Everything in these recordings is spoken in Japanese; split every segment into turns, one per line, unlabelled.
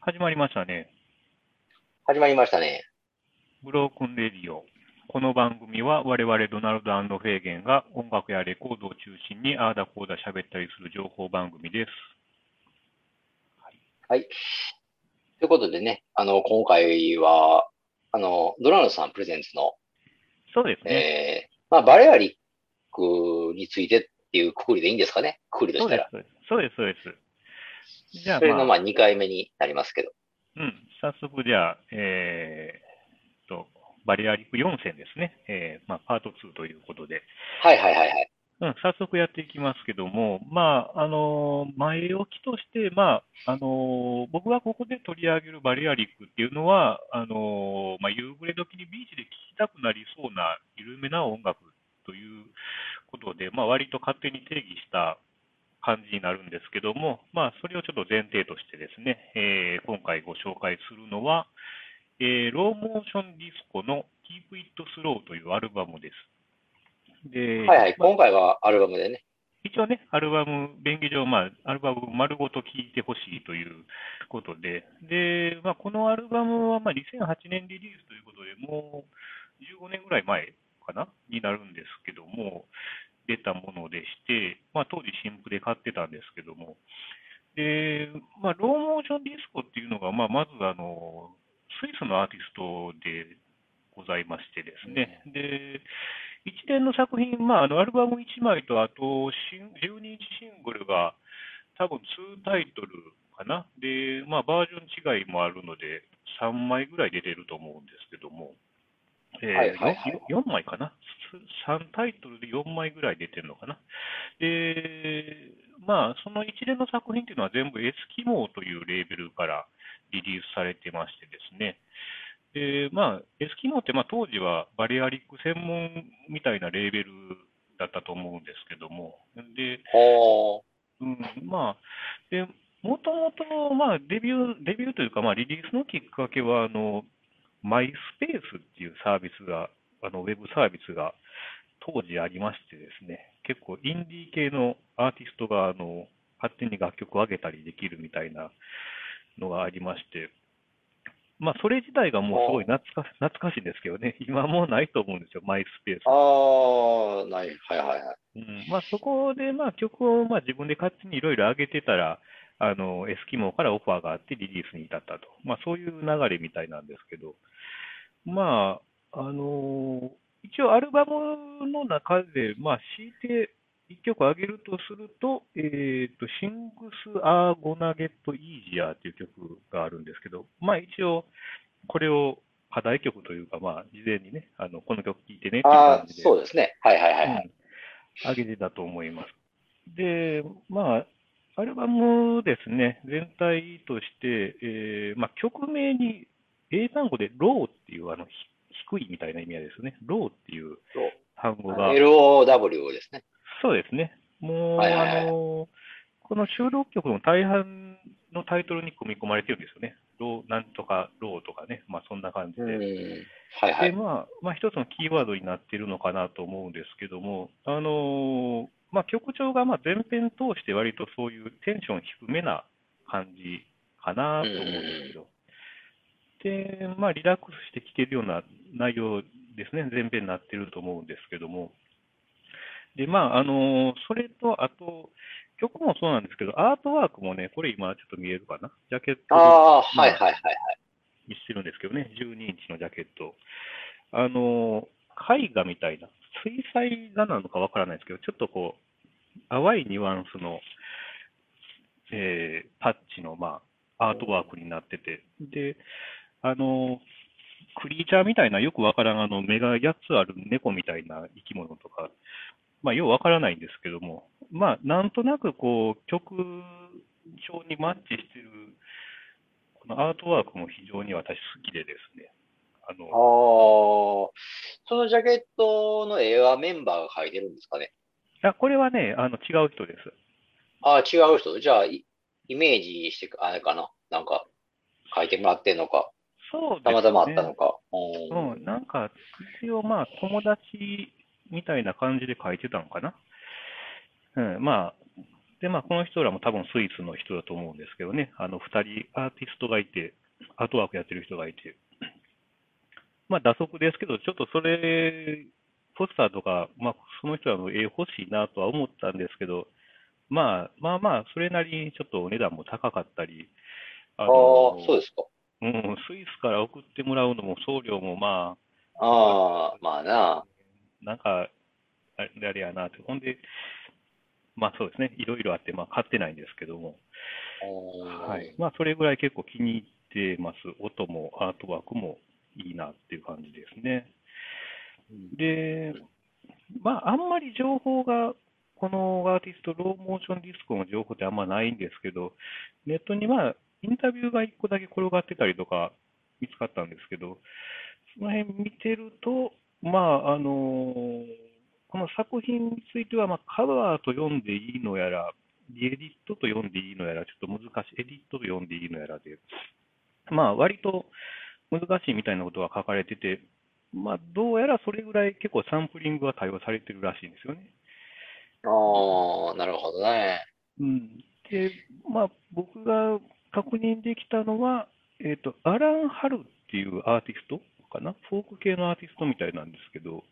始まりましたね。
始まりましたね。
ブロークンレディオ。この番組は我々ドナルドフェーゲンが音楽やレコードを中心にああだこうだ喋ったりする情報番組です。
はい。ということでね、あの、今回は、あの、ドラノさんプレゼンツの、
そうですね。
えー、まあ、バレアリックについてっていうくくりでいいんですかね。くくりと
そ
し
う
た
です
ら。、
そうです、そうです。じゃあ、
それの、
ま
ま
あ、
あ、2回目になりますけど。
うん、早速じゃあ、えーっと、バリアリック4選ですね。えーまあ、パート2ということで。
はいはいはいはい。
うん、早速やっていきますけども、まあ、あの、前置きとして、まあ、あの、僕がここで取り上げるバリアリックっていうのは、あの、まあ、夕暮れ時にビーチで聴きたくなりそうな、緩めな音楽ということで、まあ、割と勝手に定義した感じになるんですけども、まあ、それをちょっと前提としてですね、えー今回ご紹介するのは、えーローモーションディスコの Keep It Slow というアルバムです。で、
はいはい。
まあ
今回はアルバムでね。
一応ね、アルバム、便宜上、まあ、アルバム丸ごと聴いてほしいということで、で、まあ、このアルバムは、まあ、2008年リリースということで、もう15年ぐらい前かなになるんですけども、出たものでして、まあ、当時新譜で買ってたんですけども、で、まあ、ローモーションディスコっていうのが、まあ、まず、あの、スイスのアーティストでございましてですね、で、一連の作品、まあ、あのアルバム1枚と、あとシン12インチシングルが、多分2タイトルかな、でまあ、バージョン違いもあるので、3枚ぐらい出てると思うんですけども、えー
はいはいはい
よ4枚かな、3タイトルで4枚ぐらい出てるのかな。でまあ、その一連の作品というのは全部エスキモーというレーベルからリリースされてましてですね、で、まあ、エスキモーって、まあ、当時はバリアリック専門みたいなレーベルだったと思うんですけども、で、
おー。
うん、まあ、で、もともと、まあ、デビュー、デビューというか、まあ、リリースのきっかけは、あの、マイスペースっていうサービスが、あの、ウェブサービスが当時ありましてですね、結構インディー系のアーティストが、あの、勝手に楽曲を上げたりできるみたいなのがありまして、まあ、それ自体がもうすごい懐か懐かしいんですけどね、今もうないと思うんですよ、マイスペース。
あー、ない。はいはいはい。
うんまあ、そこで、まあ、曲を、まあ、自分で勝手にいろいろ上げてたら、あの、エスキモーからオファーがあってリリースに至ったと。まあ、そういう流れみたいなんですけど、まあ、あの、一応アルバムの中で、まあ、強いて1曲上げるとすると、えっと、シングス・アー・ゴナ・ゲット・イージアーっていう曲があるんですけど、まあ、一応、これを課題曲というか、まあ、事前にね、あの、この曲聴いてねっていう
あ
感じ
ー、
で。
そうですね。はいはいはいはい。
うん、上げてたと思います。で、まあ、アルバムですね、全体として、えーまあ、曲名に英単語でローっていうあのひ低いみたいな意味合いですね、ローっていう単語が、
LOW ですね。
そうですね、もう、
はいはいはい
あのこの収録曲の大半のタイトルに組み込まれてるんですよね、ローなんとかローとかね、まあ、そんな感じ
う
で。
ん。はいは
で、
い。
まあ、まあ、一つのキーワードになっているのかなと思うんですけども、あのーまあ、曲調がまあ前編通して割とそういうテンション低めな感じかなと思うんですけど、で、まあ、リラックスして聴けるような内容ですね、前編になっていると思うんですけども、で、まあ、あのーそれと、あと、曲もそうなんですけど、アートワークもね、これ今ちょっと見えるかな、ジャケットが
あー、はいはいはいはい。
にしてるんですけどね、12インチのジャケット。あの、絵画みたいな、水彩画なのかわからないですけど、ちょっとこう、淡いニュアンスの、えーパッチの、まあ、アートワークになってて、で、あの、クリーチャーみたいな、よくわからん、あの、目が8つある猫みたいな生き物とか、まあ、ようわからないんですけども、まあ、なんとなくこう、曲調にマッチしてる、このアートワークも非常に私好きでですね、あの、
ああ、そのジャケットの絵はメンバーが描いてるんですかね。
いや、これはね、あの違う人です。
ああ、違う人。じゃあ、いイメージして、あれかな。なんか、描いてもらってんのか、
そうですね。
たまたまあったのか。うん
うん、なんか、一応まあ、友達みたいな感じで書いてたのかな。うん、まあ、で、まあ、この人らも多分スイスの人だと思うんですけどね、あの2人アーティストがいて、アートワークやってる人がいて、まあ、打足ですけど、ちょっとそれ、ポスターとか、まあ、その人らの絵欲しいなとは思ったんですけど、まあまあまあ、それなりにちょっとお値段も高かったり、あ
ああ、
の
そうですか。
うん、スイスから送ってもらうのも送料もまあ、
ああ、まあな。
なんか、あれあれやなって、ほんで、まあそうですね、いろいろあって、まあ買ってないんですけども、はい。まあそれぐらい結構気に入ってます。音もアートワークもいいなっていう感じですね。で、まああんまり情報が、このアーティスト、ローモーションディスコの情報ってあんまないんですけど、ネットにまあインタビューが1個だけ転がってたりとか見つかったんですけど、その辺見てると、まああのこの作品については、まあ、カバーと読んでいいのやら、リエディットと読んでいいのやら、ちょっと難しい、エディットと読んでいいのやらで、まあ、割と難しいみたいなことが書かれてて、まあ、どうやらそれぐらい結構サンプリングは対応されてるらしいんですよね。
ああ、なるほどね。
うん、で、まあ、僕が確認できたのは、えっと、アラン・ハルっていうアーティストかな、フォーク系のアーティストみたいなんですけど、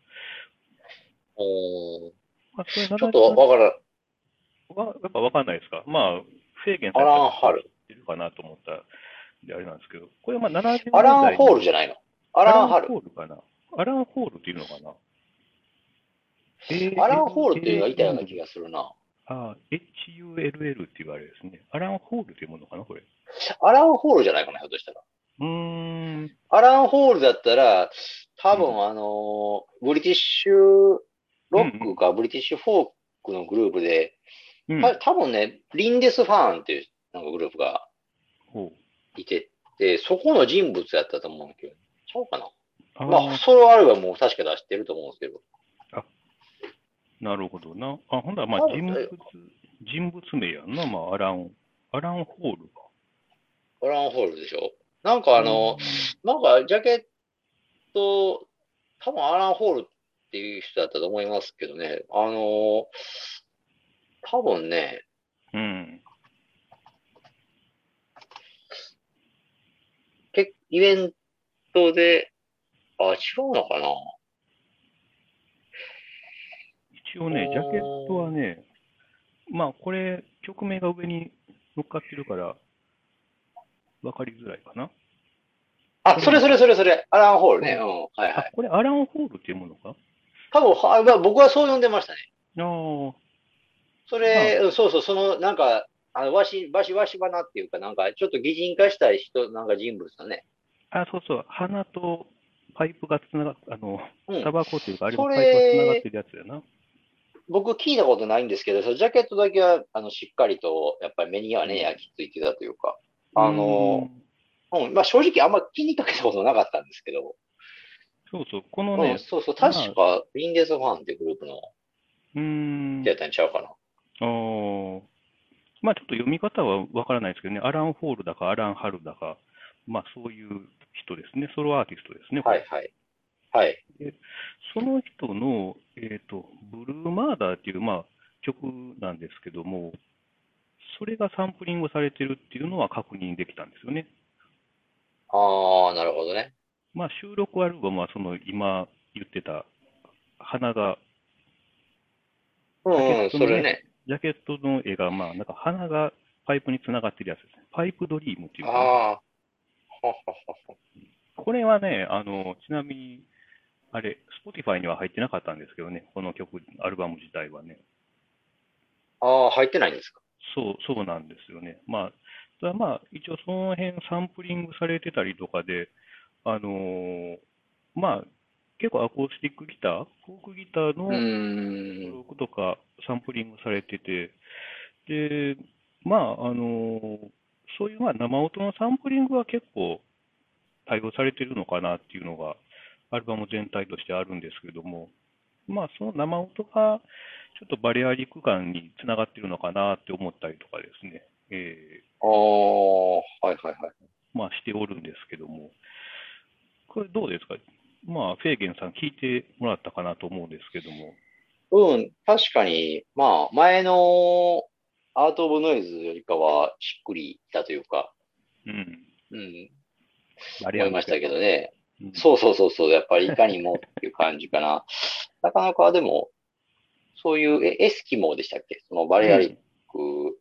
おー
まあ、それ
ちょっとわからん。
わやっぱ分かんないですか、まあ、制限さ
ア
れ
ラ
た
ン・ハル。
ってるかなと思ったんで、あれなんですけど、これはまあ70年代
アラン・ホー
ル、
ルじゃないの。
ア
アラン・ハル。
ホールかな。アラン・ホールっていうのかな。
アラン・ホールっていうのがいたような気がするな。
ああ、HULL っていうあれですね。アラン・ホールっていうものかな、これ。
アラン・ホールじゃないかな、ひょっとしたら。
うーん、
アラン・ホールだったら、多
う
分あのーブリティッシュロックか、ブリティッシュフォークのグループで、
うん、
た多分ね、リンデス・ファーンっていうなんかグループが
ほう
いてて、そこの人物やったと思うんだけど、ちゃうかな。
あー
まあ、ソロアルバムも確か出してると思うんですけど、
なるほどな。あ、ほんなら、まあ、
多
人
分
物、人物名やんな、まあ、アラン、アラン・ホールか。
アラン・ホールでしょ。なんかあの、なんかジャケット、多分アラン・ホールっていう人だったと思いますけどね、あの、多分ね、
うん、うん、
結イベントで、あ、違うのかな
一応ね、
おー
ジャケットはね、まあ、これ、曲名が上に乗っかってるから、わかりづらいかな。
あ、それそれそれそれ、アラン・ホールね。うん、はいは
あ
い。、
これ、アラン・ホールっていうものか
多分はまあ僕はそう呼んでましたね。
ああ、
それ、うんそうそう、その、なんか、あの、わし、わしわしばなっていうか、なんか、ちょっと擬人化した人、なんか人物だね。
あ、そうそう、鼻とパイプがつながあの、
うん
タバコというか、あれ
そ
も
れ
パイプがつながってるやつやな。
僕聞いたことないんですけど、そのジャケットだけは、あの、しっかりと、やっぱり目には
うん
ね、焼き付いてたというか、あの、
うん
うん、まあ正直あんま気にかけたことなかったんですけど、
そうそう、この
うん、
ね、
そうそう、
まあ
確か、リンデスファンってグループの
うーん、
人やったんちゃうかな。
あーまあちょっと読み方はわからないですけどね、アラン・ホールだか、アラン・ハルだか、まあそういう人ですね、ソロアーティストですね、こ
は
れ
いはい。はい。
その人の、えーと、ブルーマーダーっていう、まあ、曲なんですけども、それがサンプリングされてるっていうのは確認できたんですよね。
ああ、なるほどね。
まあ、収録アルバムはその今言ってた花が、
うん、うん、
ジャケット
そ
のね
れね。
ジャケットの絵が、まあ、なんか花がパイプにつながってるやつですね。パイプドリームっていうのかな
ああ。ははは
これはね、あの、ちなみに、あれ、Spotify には入ってなかったんですけどね、この曲、アルバム自体はね。
ああ、入ってないんですか。
そう、そうなんですよね。まあ、ただまあ、一応その辺サンプリングされてたりとかで、あのーまあ、結構アコースティックギター、フォークギターの
うーん。
録とかサンプリングされてて、で、まあ、あの、そういうまあ生音のサンプリングは結構対応されてるのかなっていうのが、アルバム全体としてあるんですけども、まあ、その生音がちょっとバリアリック感につながってるのかなって思ったりとかですね、え
ああ、はいはいはい。
ーまあ、しておるんですけども、これどうですかまあ、フェーゲンさん聞いてもらったかなと思うんですけども。
うん、確かに、まあ、前のアート・オブ・ノイズよりかはしっくりだというか、
うん。
うん、
あ
思いましたけどね。
うん
そうそうそうそう、やっぱりいかにもっていう感じかな。 なかなかでも、そういう、え、エスキモーでしたっけそのバリアリック、
うん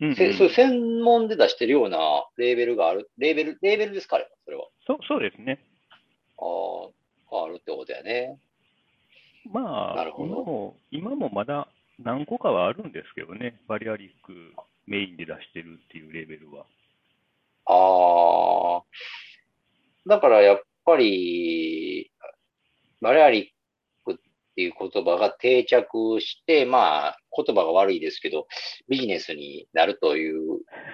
うん
せそういう専門で出してるようなレーベルがある、レーベル、レーベルですかね、それは。
そうそうですね。
ああ、あるってことだよね。
ま
な
あ
る、ほど
今も、今もまだ何個かはあるんですけどね、バリアリックメインで出してるっていうレベルは。
ああ。だからやっぱり、バリアリックっていう言葉が定着して、まあ、言葉が悪いですけど、ビジネスになるという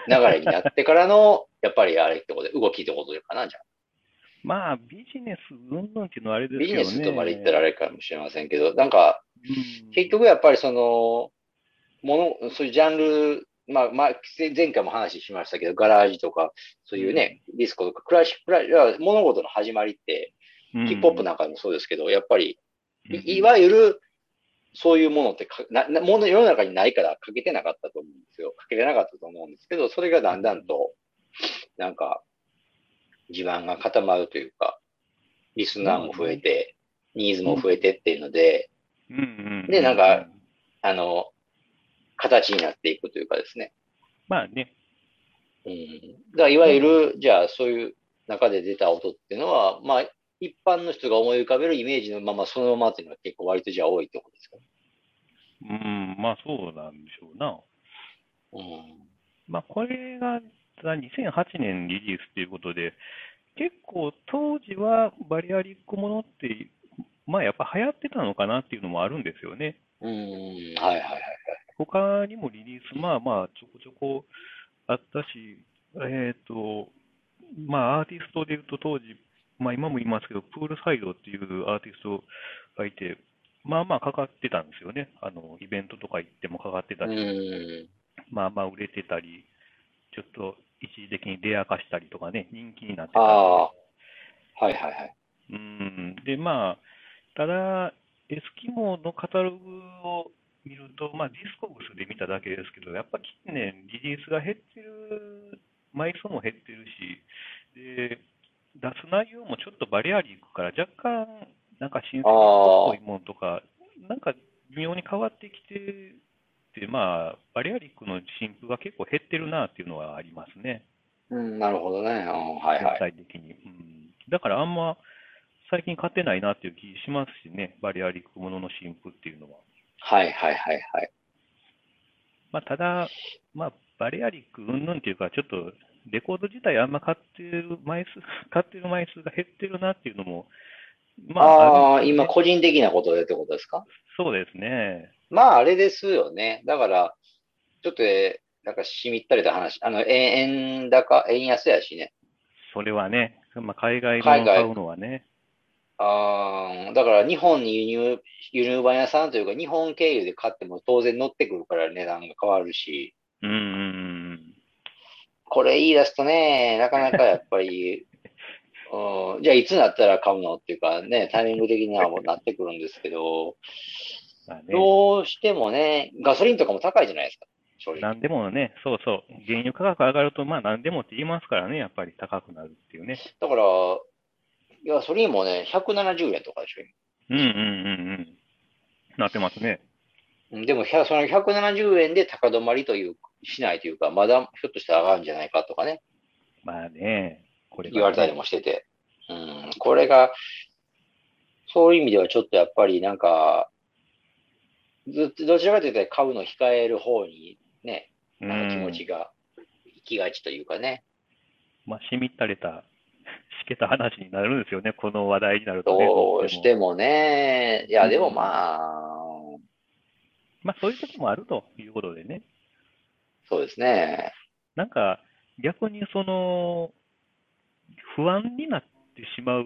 流れになってから の、やっぱりあれってことで、動きってことかな、じゃあ。
まあ、ビジネスうんぬんっていうのはあれです
ビジ
よ
ネスとまで
ね。
言ったらあれかもしれませんけど、なんか、
うん
結局やっぱりその、もの、そういうジャンル、まあ、まあ、前前回も話しましたけど、ガラージとか、そういうね、ディスコとか、クラシック、クラいや物事の始まりって、
うん
ヒップホップなんかでもそうですけど、やっぱり、
うん
いいわゆる、そういうものってかなな、もの世の中にないからかけてなかったと思うんですよ。かけてなかったと思うんですけど、それがだんだんと、なんか、地盤が固まるというか、リスナーも増えて、ニーズも増えてっていうので、
うんうん
でなんか、あの、形になっていくというかですね。
まあね、
うん。だからいわゆる、じゃあそういう中で出た音っていうのは、まあ、一般の人が思い浮かべるイメージのままそのままっていうのは結構割とじゃあ多いってことですか。
うん、まあそうなんでしょうな。
うん。
まあ、これが2008年リリースということで、結構当時はバリアリックものって、まあやっぱ流行ってたのかなっていうのもあるんですよね。
うん。はいはいはい。
他にもリリース、まあまあちょこちょこあったし、えっ、と、まあアーティストでいうと当時、まあ今も言いますけど、プールサイドっていうアーティストがいて、まあまあかかってたんですよね。あの、イベントとか行ってもかかってたし、
うん。
まあまあ売れてたり、ちょっと一時的にレア化したりとかね、人気になってた
あ
ん
あ。
で
はいはいはい。
うん、で、まあ、ただ、エスキモのカタログを見ると、まあ、ディスコグスで見ただけですけど、やっぱ近年、リリースが減ってる、枚数も減ってるし、で、出す内容もちょっとバリアリークから若干、なんか新鮮っぽいものとか、なんか微妙に変わってきてて、まあ、バリアリックの新譜が結構減ってるなっていうのはありますね。
うん、なるほどね。うん、はいは
全体
い。
的に、うん。だからあんま最近勝てないなっていう気しますしね、バリアリックものの新譜っていうのは。
はいはいはいはい。
まあ、ただ、まあ、バリアリックうんぬんっていうか、ちょっとレコード自体あんま買ってる枚数、 買ってる枚数が減ってるなっていうのも、ま
あ
あ、
あ
るん
ー、
ですよ
今
ね
個人的なことでってことですか
そうですね。
まあ、あれですよね。だから、ちょっと、えーなんか、しみったれた話。あの、円円高、円安やしね。
それはね、まあ、海外ものを買うのはね、
あーだから、日本に輸入、輸入版屋さんというか、日本経由で買っても当然乗ってくるから値段が変わるし、
うんうんうん
これ言い出すとね、なかなかやっぱり、 うん、じゃあ、いつになったら買うのっていうかね、タイミング的にはもうなってくるんですけど、
まあね、
どうしてもね、ガソリンとかも高いじゃないですか。正直。
なんでもね、そうそう、原油価格上がると、まあなんでもって言いますからね、やっぱり高くなるっていうね。
だから、いや、それもね、170円とかでしょ、今
うんうんうんうん。なってますね。
うんでも、ひゃその170円で高止まりという、しないというか、まだひょっとしたら上がるんじゃないかとかね、
まあね、これ
言われたりもしてて。うん、これが、そういう意味ではちょっとやっぱりなんか、ずっとどちらかというと買うの控える方にね、
うん
なんか気持ちが行きがちというかね。
まあ、しみったれた、しけた話になるんですよね、この話題になるとね。
どうして
も。
もね、いや、でもまあ、
まあ、そういう時もあるということでね。
そうですね。
なんか、逆にその、不安になってしまう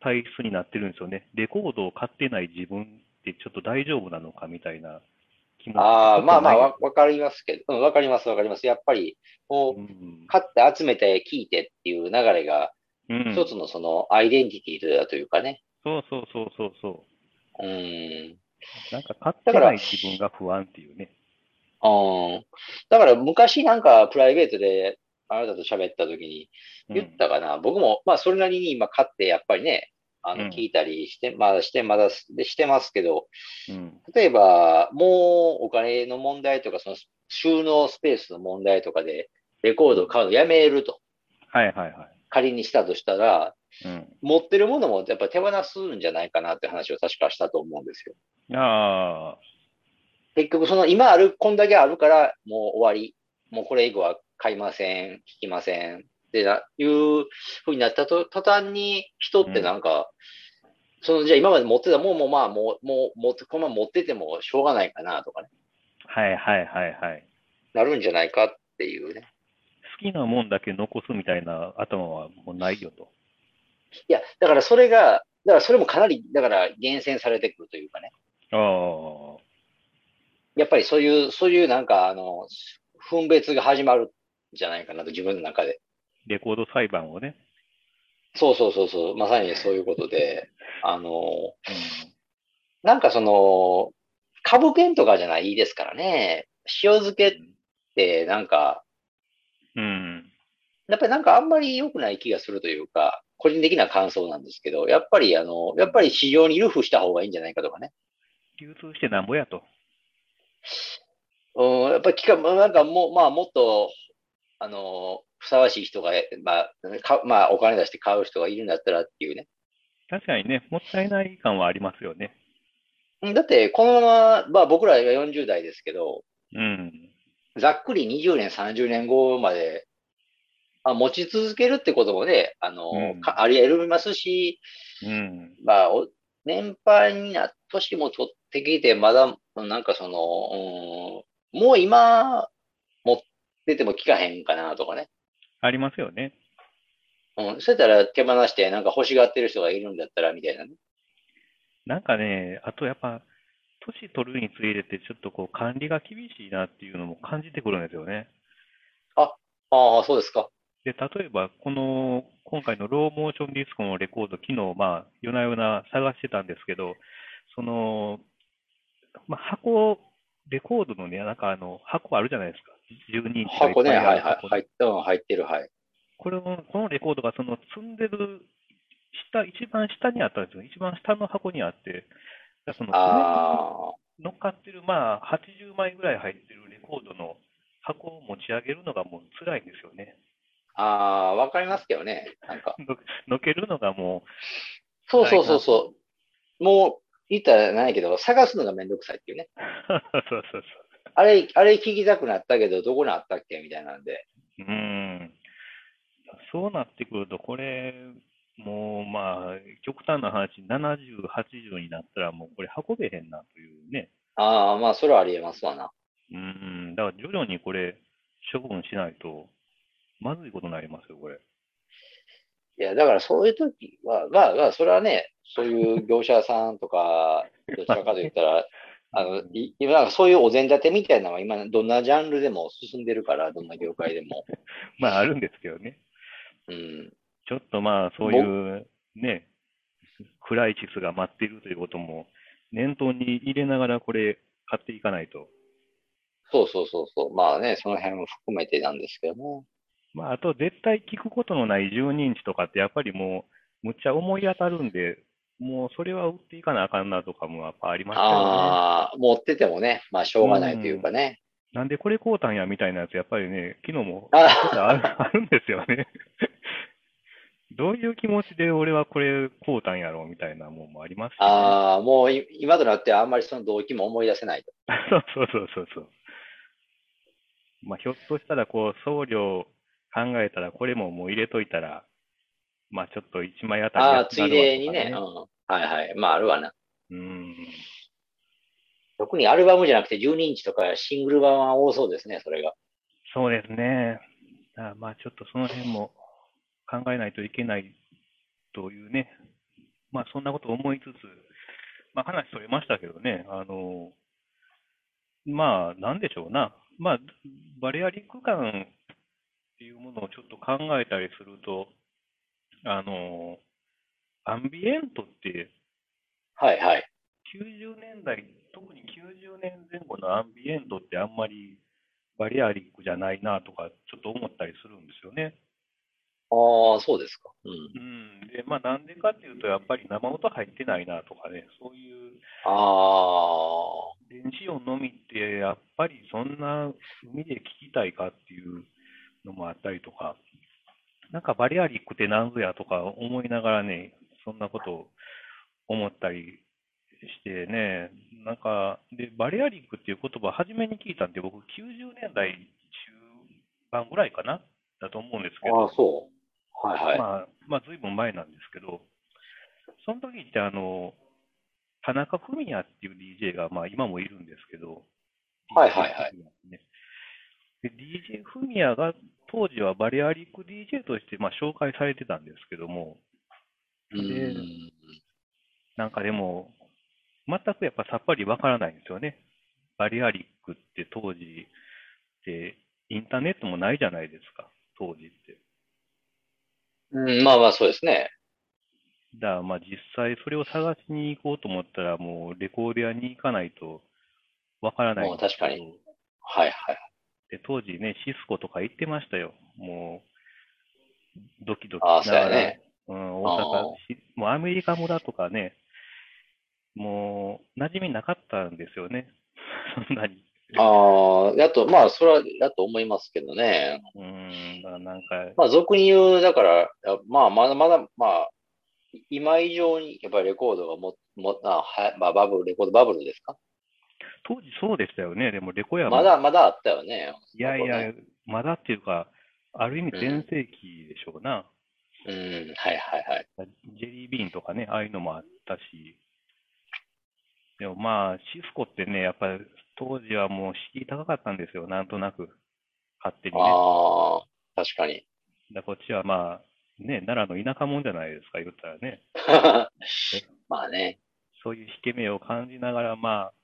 体質になってるんですよね。レコードを買ってない自分ってちょっと大丈夫なのかみたいな気持ち
ああ、まあまあ、
わ
わわかりますけど、うんわかります、わかります。やっぱり、も
う
う、
ん。
買って集めて聞いてっていう流れが、
うん
一つのそのアイデンティティだというかね。
そうそうそうそうそう。
うん。
なんか買ってない自分が不安っていうね。
うん。だから昔なんかプライベートであなたと喋った時に言ったかな。僕も、まあそれなりに今買ってやっぱりね、あ
うん
の、聞いたりして、まだして、まだすでしてますけど、
うん。
例えば、もうお金の問題とか、その収納スペースの問題とかで、レコードを買うのやめると、
はいはいは
仮にしたとしたら、
い。うん。
持ってるものもやっぱ手放すんじゃないかなって話を確かしたと思うんですよ。
ああ、
結局、その今ある、こんだけあるから、もう終わり。もうこれ以後は買いません、聞きません。ってな、いうふうになったと、途端に人ってなんか、その、じゃあ今まで持ってたもんもまあ、もう、もう、持って、このまま持っててもしょうがないかなとかね、
はいはいはいはい。
なるんじゃないかっていうね。
好きなもんだけ残すみたいな頭はもうないよと。
いや、だからそれが、だからそれもかなり、だから厳選されてくるというかね。
あ
やっぱりそういう、そういうなんか、あの、分別が始まるんじゃないかなと、自分の中で。
あ、レコード裁判をね。
そうそうそうそう、まさにそういうことで、あの、
うん
なんかその、株券とかじゃないですからね。塩漬けってなんか、
うん。
やっぱりなんかあんまり良くない気がするというか、個人的な感想なんですけど、やっぱりあの、やっぱり市場にルフした方がいいんじゃないかとかね。
流通してなんぼやと。
うん、やっぱり期間、まあなんかもう、まあもっと、あの、ふさわしい人が、まあ、かまあお金出して買う人がいるんだったらっていうね。
確かにね、もったいない感はありますよね。
うんだって、このまま、まあ僕らが40代ですけど、
うん。
ざっくり20年、30年後まで、まあ、持ち続けるってこともね、あの、
うん
かあり得ますし、
うん。
まあ、お年配にな、年も取ってきて、まだ、なんかその、うん、もう今、持ってても効かへんかなとかね。
ありますよね。
うん、そうやったら手放して、なんか欲しがってる人がいるんだったら、みたいなね。
なんかね、あとやっぱ、年取るにつれて、ちょっとこう、管理が厳しいなっていうのも感じてくるんですよね。
ああ、そうですか。
で、例えば、この、今回のローモーションディスコのレコード、昨日、まあ、夜な夜な探してたんですけど、その、まあ、箱、レコードのね、なんかあの、箱あるじゃないですか。12インチがいっ
箱ね、
ぱいあ
は
る
いはい。
箱
入っうん、入ってる、はい。
これも、このレコードがその積んでる下、一番下にあったんですよ。一番下の箱にあって、だからその上に
あ
乗っかってる、まあ、80枚ぐらい入ってるレコードの箱を持ち上げるのがもう辛いんですよね。
あ、ああ、わかりますけどね。なんか、
ののけるのがも
そうそうそうそう。もう、言ったらないけど、探すのがめんどくさいっていうね。
う、そうそうそう。
あれ、あれ聞きたくなったけど、どこにあったっけみたいなんで。
うーん。そうなってくると、これ、もうまあ、極端な話、70、80になったら、もうこれ運べへんなというね。
ああ、まあ、それはありえますわな。
うん、だから徐々にこれ、処分しないと、まずいことになりますよ、これ。
いや、だからそういう時は、まあまあ、それはね、そういう業者さんとか、どちらかと言ったら、あの、い今、なんかそういうお膳立てみたいなのは今、どんなジャンルでも進んでるから、どんな業界で も。
まあ、あるんですけどね。
うん。
ちょっとまあ、そういう、ね、クライシスが待っているということも、念頭に入れながら、これ、買っていかないと。
そうそうそうそう。まあね、その辺も含めてなんですけどね。
まあ、あと、絶対聞くことのない12インチとかって、やっぱりもう、むっちゃ思い当たるんで、もう、それは売っていかなあかんなとかも、やっぱありますからね。
ああ、持っててもね、まあ、しょうがないというかね。
なんでこれ買うたんや、みたいなやつ、やっぱりね、昨日 も
あ
ちょっとあるあるんですよね。 どういう気持ちで俺はこれこうたんやろうみたいなもんもありますし、ね。
ああ、もうい今となってはあんまりその動機も思い出せないと。
そうそうそうそうそう。まあ、ひょっとしたらこう送料考えたらこれももう入れといたら、まあちょっと1枚あたり
ああ、
安く
つ
ないるわ
で
と
に
か
ね、うん。はいはい。まあ、あるわな。
うん。
特にアルバムじゃなくて12インチとかシングル版は多そうですね、それが。
そうですね。だからまあちょっとその辺も考えないといけないというね、まあそんなことを思いつつ、まあ話それましたけどね、あの、まあなんでしょうな、まあバリアリック感っていうものをちょっと考えたりすると、あの、アンビエントって
はいはい。
90年代、特に90年前後のアンビエントってあんまりバリアリックじゃないなとか、ちょっと思ったりするんですよね。
ああ、そうですか。うん。
うん。で、まあなんでかっていうと、やっぱり生音入ってないなとかね、そういう
ああ、
電子音のみって、やっぱりそんな海で聞きたいかっていうのもあったりとか、なんかバリアリックってなんぞやとか思いながらね、そんなことを思ったりしてね、なんか、で、バリアリックっていう言葉、初めに聞いたんで、僕、90年代中盤ぐらいかな、だと思うんですけど
ああ、、そう。はいはい。
まあ、まあ、ずいぶん前なんですけど、その時って、あの、田中文也っていう DJ が、まあ、今もいるんですけど、
はいはいはい
DJ 文也ね。で、DJ 文也が当時はバリアリック DJ として、まあ、紹介されてたんですけども、
う
で
ん。
なんかでも、全くやっぱさっぱりわからないんですよね。バリアリックって当時って、インターネットもないじゃないですか、当時って。
うん、まあまあ、そうですね。
だからまあ実際それを探しに行こうと思ったらもうレコード屋に行かないとわからないんですけ
まあ確か
ど、
はいはい。
で当時ね、シスコとか行ってましたよ。もう、ドキド
ああ、
キし
そう
な
や
がら、
ね。
うん、
あ
大
あ
阪し、もうアメリカ村とかね、もう馴染みなかったんですよね。 そんなに。
ああ、やと、まあ、それは、だと思いますけどね。
うん、だからなんか、
まあ、俗に言う、だから、あまあ、まだまだ、まあ、い今以上に、やっぱりレコードがも、も、あ、は、まあ、バブル、レコードバブルですか
当時そうでしたよね。でもレコヤも、
まだ、まだあったよね。
いやい
そう
や
ね、
まだっていうか、ある意味
うん
全盛期でしょうな。
うん、はいはいはい。
ジェリービーンとかね、ああいうのもあったし、でもまあ、シスコってね、やっぱり当時はもう敷居高かったんですよ、なんとなく、勝手にね。
ああ、確かに。
だからこっちはまあ、ね、奈良の田舎もんじゃないですか、言ったらね。
まあね。
そういう引け目を感じながら、まあ、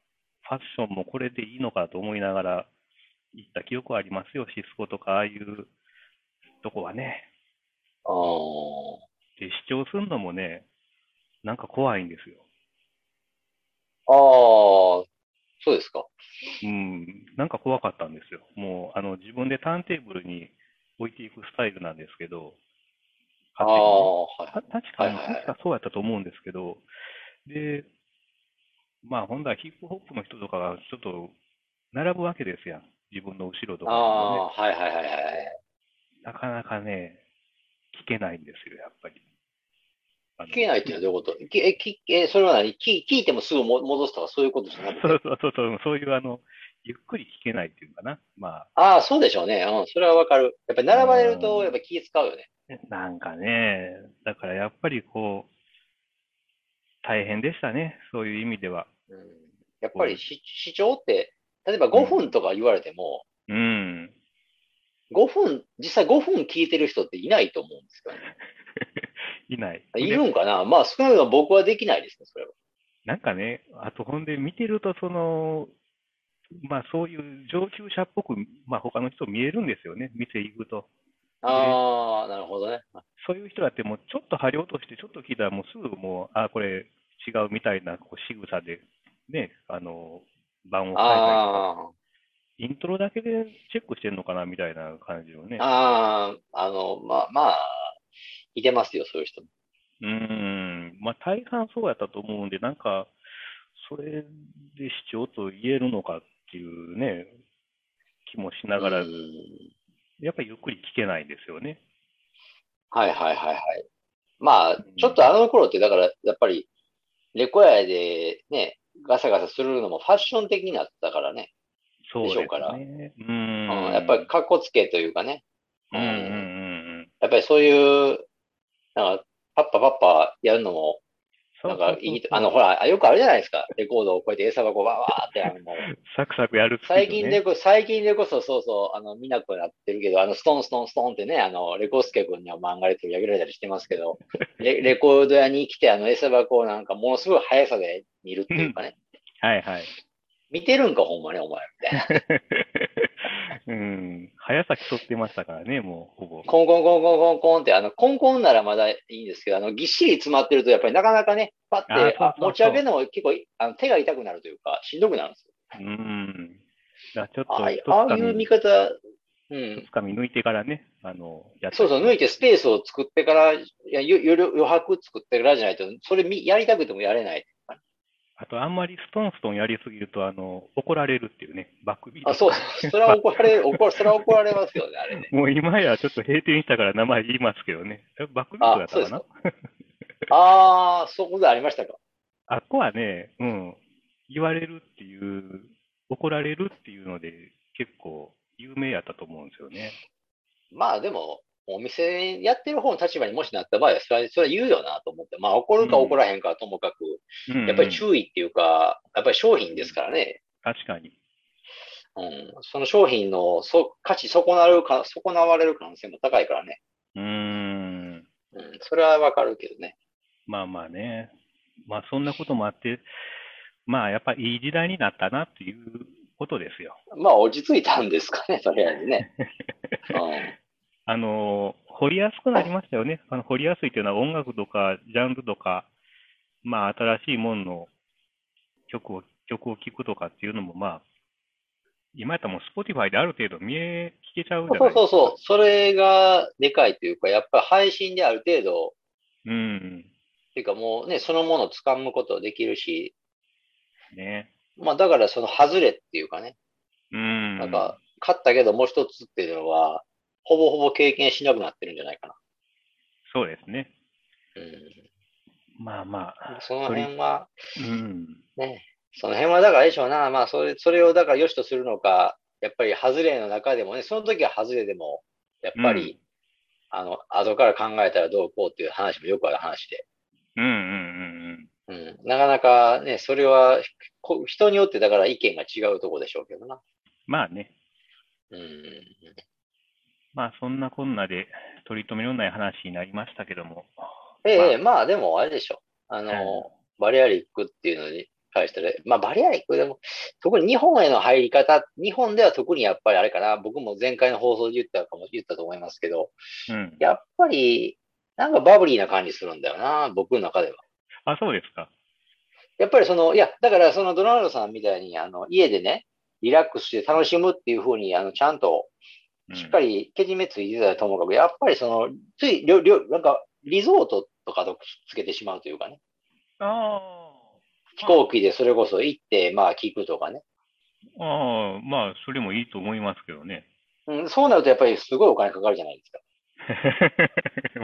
ファッションもこれでいいのかと思いながら行った記憶はありますよ、シスコとか、ああいうとこはね。
ああ。
で、主張するのもね、なんか怖いんですよ。
ああ、そうですか。
うん、なんか怖かったんですよ。もう、あの、自分でターンテーブルに置いていくスタイルなんですけど、
あ
勝手にね
あ、はい。
た確かに、
はいはいはい
確かそうやったと思うんですけど、で、まあ、本来ヒップホップの人とかがちょっと並ぶわけですやん。自分の後ろとかにもね、
ああ、はいはいはいはい。
なかなかね、聞けないんですよ、やっぱり。あの
聞けないっていうのはどういうこときえ、きえ、それは何き聞いてもすぐも戻すとかそういうことじゃなくて。
そうそうそうそう、そういう、あの、ゆっくり聞けないっていうかな。まあ、
ああ、そうでしょうね。うん、それはわかる。やっぱり並ばれる
う
と、
ん
やっぱ気使うよね。
なんかね、だからやっぱりこう、大変でしたね、そういう意味では。
うん、やっぱりし市長って、例えば5分とか言われても、
うん。
5分、実際5分聞いてる人っていないと思うんですよね。
いない。
い
で
るんかなまあ少なくとも僕はできないですね、それは。
なんかね、あとほんで見てると、その、まあそういう上級者っぽく、まあ他の人見えるんですよね、店行くと。
ああ、なるほどね。
そういう人だってもうちょっと張り落として、ちょっと聞いたらもうすぐもう、あこれ違うみたいなこう仕草で、ね、あの、番を変えたりとか、
ああ。
イントロだけでチェックしてんのかなみたいな感じをね。
ああ、あの、まあ、まあ、いてますよ、そういう人も。
うーん、まあ大半そうやったと思うんで、なんか、それで主張と言えるのかっていうね、気もしながら
うん、
やっぱりゆっくり聞けないんですよね。
はいはいはいはい。まあ
うん、
ちょっとあの頃って、だから、やっぱり、レコヤでね、ガサガサするのもファッション的になったからね。
そうで
でしょうから
すね。うー。
うんん、やっぱり、かっこつけというかね。
うんうんうんうん。
やっぱりそういう、なんか、パッパパッパやるのも、
そう
な
そ
ん
うそう
かいいと、あの、ほら、よくあるじゃないですか。レコードをこうやって餌箱わーわーってやるの。
サクサクやるスピードね
最近でこ、最近でこそ、そうそう、あの、見なくなってるけど、あの、ストンストンストンってね、あの、レコースケ君には漫画で取り上げられたりしてますけ ど、レレコード屋に来て、あの、餌箱をなんか、ものすごい速さで見るっていうかね、
はいはい。
見てるんか、ほんまね、お前、みたいな。
うん。速さ競ってましたからね、もうほぼ。
コンコンコンコンコンコンって、あの、コンコンならまだいいんですけど、あの、ぎっしり詰まってると、やっぱりなかなかね、パ
あーそう
ッて、
そう
あ
そう
持ち上げるのも結構、あの手が痛くなるというか、しんどくなるんですよ。
うん。だからちょっと、
ああい
とっ
ああ
か
いう見
み、
方、うん。
つかみ抜いてからね、あの、やったり
そうそう、抜いてスペースを作ってから、いやゆゆる余白作ってからじゃないと、それみやりたくてもやれない。
あと、あんまりストンストンやりすぎると、あの、怒られるっていうね、バックビート。
あ、 そう、それは怒られる、怒ら、それは怒られますよね、あれね。
もう今やちょっと閉店したから名前言いますけどね。えバックビートだったかな
あああ、そういうことありましたか。
あっこはね、うん、言われるっていう、怒られるっていうので、結構有名やったと思うんですよね。
まあでも、お店やってる方の立場にもしなった場合は、それは、それは言うよなと思って、まあ怒るか怒らへんかはともかく、
うんうん
やっぱり注意っていうか、やっぱり商品ですからね。
確かに。
うん、その商品のそ価値損なるか、損なわれる可能性も高いからね。
うーん。
うん、それはわかるけどね。
まあまあね。まあそんなこともあって、まあやっぱいい時代になったなっていうことですよ。
まあ落ち着いたんですかね、と りあえ ずね。う
あの、掘りやすくなりましたよね。あの掘りやすいというのは音楽とかジャンルとか、まあ新しいものの曲を、曲を聴くとかっていうのもまあ、今やったらもう Spotify である程度見え、聞けちゃうじ
ん、
ゃな
そ
いうですか。
そうそう。それがでかいというか、やっぱり配信である程度、
うん。
っていうかもうね、そのものを掴むことができるし、
ね。
まあだからその外れっていうかね、
うん。
なんか、勝ったけどもう一つっていうのは、ほぼほぼ経験しなくなってるんじゃないかな。
そうですね。
うん、
まあまあ、
その辺は、
うん。
ね、その辺はだからあれでしょうな、まあそれ、それをだから良しとするのか、やっぱり外れの中でもね、その時は外れでも、やっぱり、
うん
あの、後から考えたらどうこうっていう話もよくある話で、
うんうんうんうん。
うん、なかなかね、それはこ人によってだから意見が違うとこでしょうけどな。
まあね。
うん、
まあそんなこんなで取り留めのない話になりましたけども。
え
まあ
え、まあでもあれでしょ。あの、バリアリックっていうのに対してね、まあバリアリックでも、特に日本への入り方、日本では特にやっぱりあれかな、僕も前回の放送で言ったかも、言ったと思いますけど、
うん。
やっぱり、なんかバブリーな感じするんだよな、僕の中では。
あ、そうですか。
やっぱりその、いや、だからそのドナルドさんみたいに、あの、家でね、リラックスして楽しむっていうふうに、あの、ちゃん
うん
と、しっかりけじめついてたらともかく、やっぱりその、つい、りょ、りょ、なんか、リゾートとかとくっつけてしまうというかね。
あ
飛行機でそれこそ行って、まあ聞くとかね。
あ、ああ、まあ、それもいいと思いますけどね。
うん、そうなるとやっぱりすごいお金かかるじゃないですか。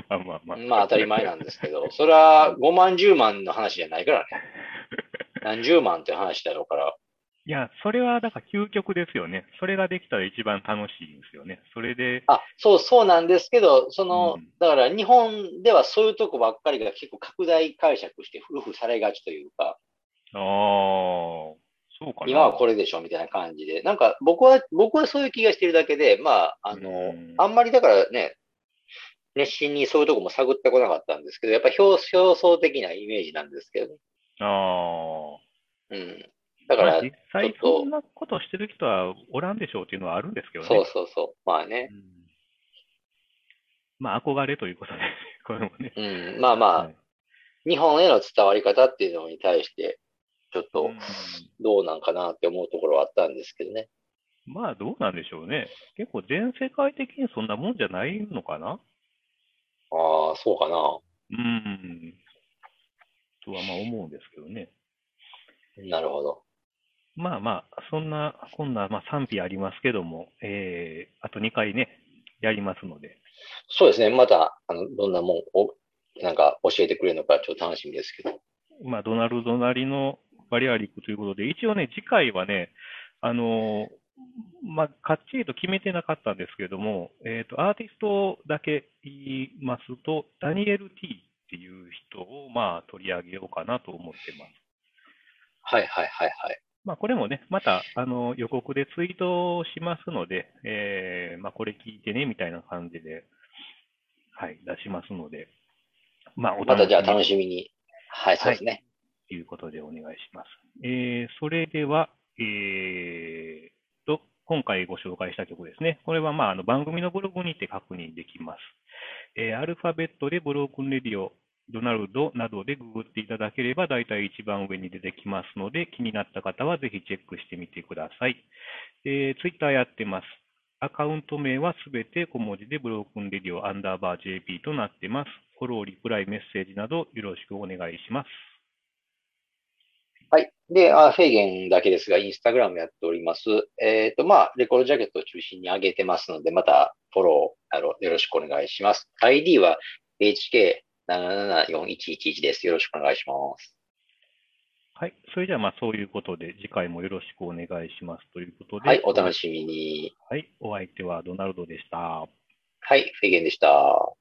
まあまあまあ。
まあ当たり前なんです けど、それは5万10万の話じゃないからね。何十万って話だろうから。
いや、それはだから究極ですよね。それができたら一番楽しいんですよね。それで、
あ、そうそうなんですけど、その、
うん
だから日本ではそういうとこばっかりが結構拡大解釈して夫婦されがちというか、
ああ、そうかな。
今はこれでしょみたいな感じで。なんか僕は、僕はそういう気がしてるだけで、まあ、あの、
うん
あんまりだからね、熱心にそういうとこも探ってこなかったんですけど、やっぱ表表層的なイメージなんですけどね。
ああ。
うん。だから、
まあ、実際
ちょっと
そんなことしてる人はおらんでしょうっていうのはあるんですけどね。
そうそうそう。まあね。
うんまあ、憧れということで、 これもね。
うん。まあまあ、
はい
日本への伝わり方っていうのに対して、ちょっと
うん
どうなんかなって思うところはあったんですけどね。
まあ、どうなんでしょうね。結構全世界的にそんなもんじゃないのかな
ああ、そうかな。
うん。とはまあ思うんですけどね。
なるほど。
まあまあ、そんな、こんな、まあ賛否ありますけども、えー、あと2回ね、やりますので。
そうですね。また、あの、どんなもんを、なんか教えてくれるのかちょっと楽しみですけど。
まあ、ドナルドなりのバリアリックということで、一応ね、次回はね、あのーまあ、かっちりと決めてなかったんですけれども、えっ、と、アーティストだけ言いますと、ダニエル・ティっていう人を、まあ、取り上げようかなと思ってます。
はいはいはいはい。
まあ、これもね、また、あの、予告でツイートをしますので、えーまあ、これ聞いてね、みたいな感じで、はい、出しますので、まあ、お
ま
楽し
たじゃあ
み
楽しみに。はい、そうですね。
ということでお願いします。えーそれでは、えーっと、今回ご紹介した曲ですね。これはまああの番組のブログにて確認できます。えーアルファベットでブロークンレディオ、ドナルドなどでググっていただければ、大体一番上に出てきますので、気になった方はぜひチェックしてみてください。えー、ツイッターやってます。アカウント名はすべて小文字でブロークンレディオアンダーバー JP となってます。フォロー、リプライ、メッセージなどよろしくお願いします。
はい。で、あフェイゲンだけですが、インスタグラムやっております。えっ、と、まあ、レコードジャケットを中心に上げてますので、またフォローあのよろしくお願いします。ID は HK774111 です。よろしくお願いします。
はい。それでは、まあ、そういうことで、次回もよろしくお願いしますということで、
はい、お楽しみに。
はい。お相手はドナルドでした。
はい、フェイゲンでした。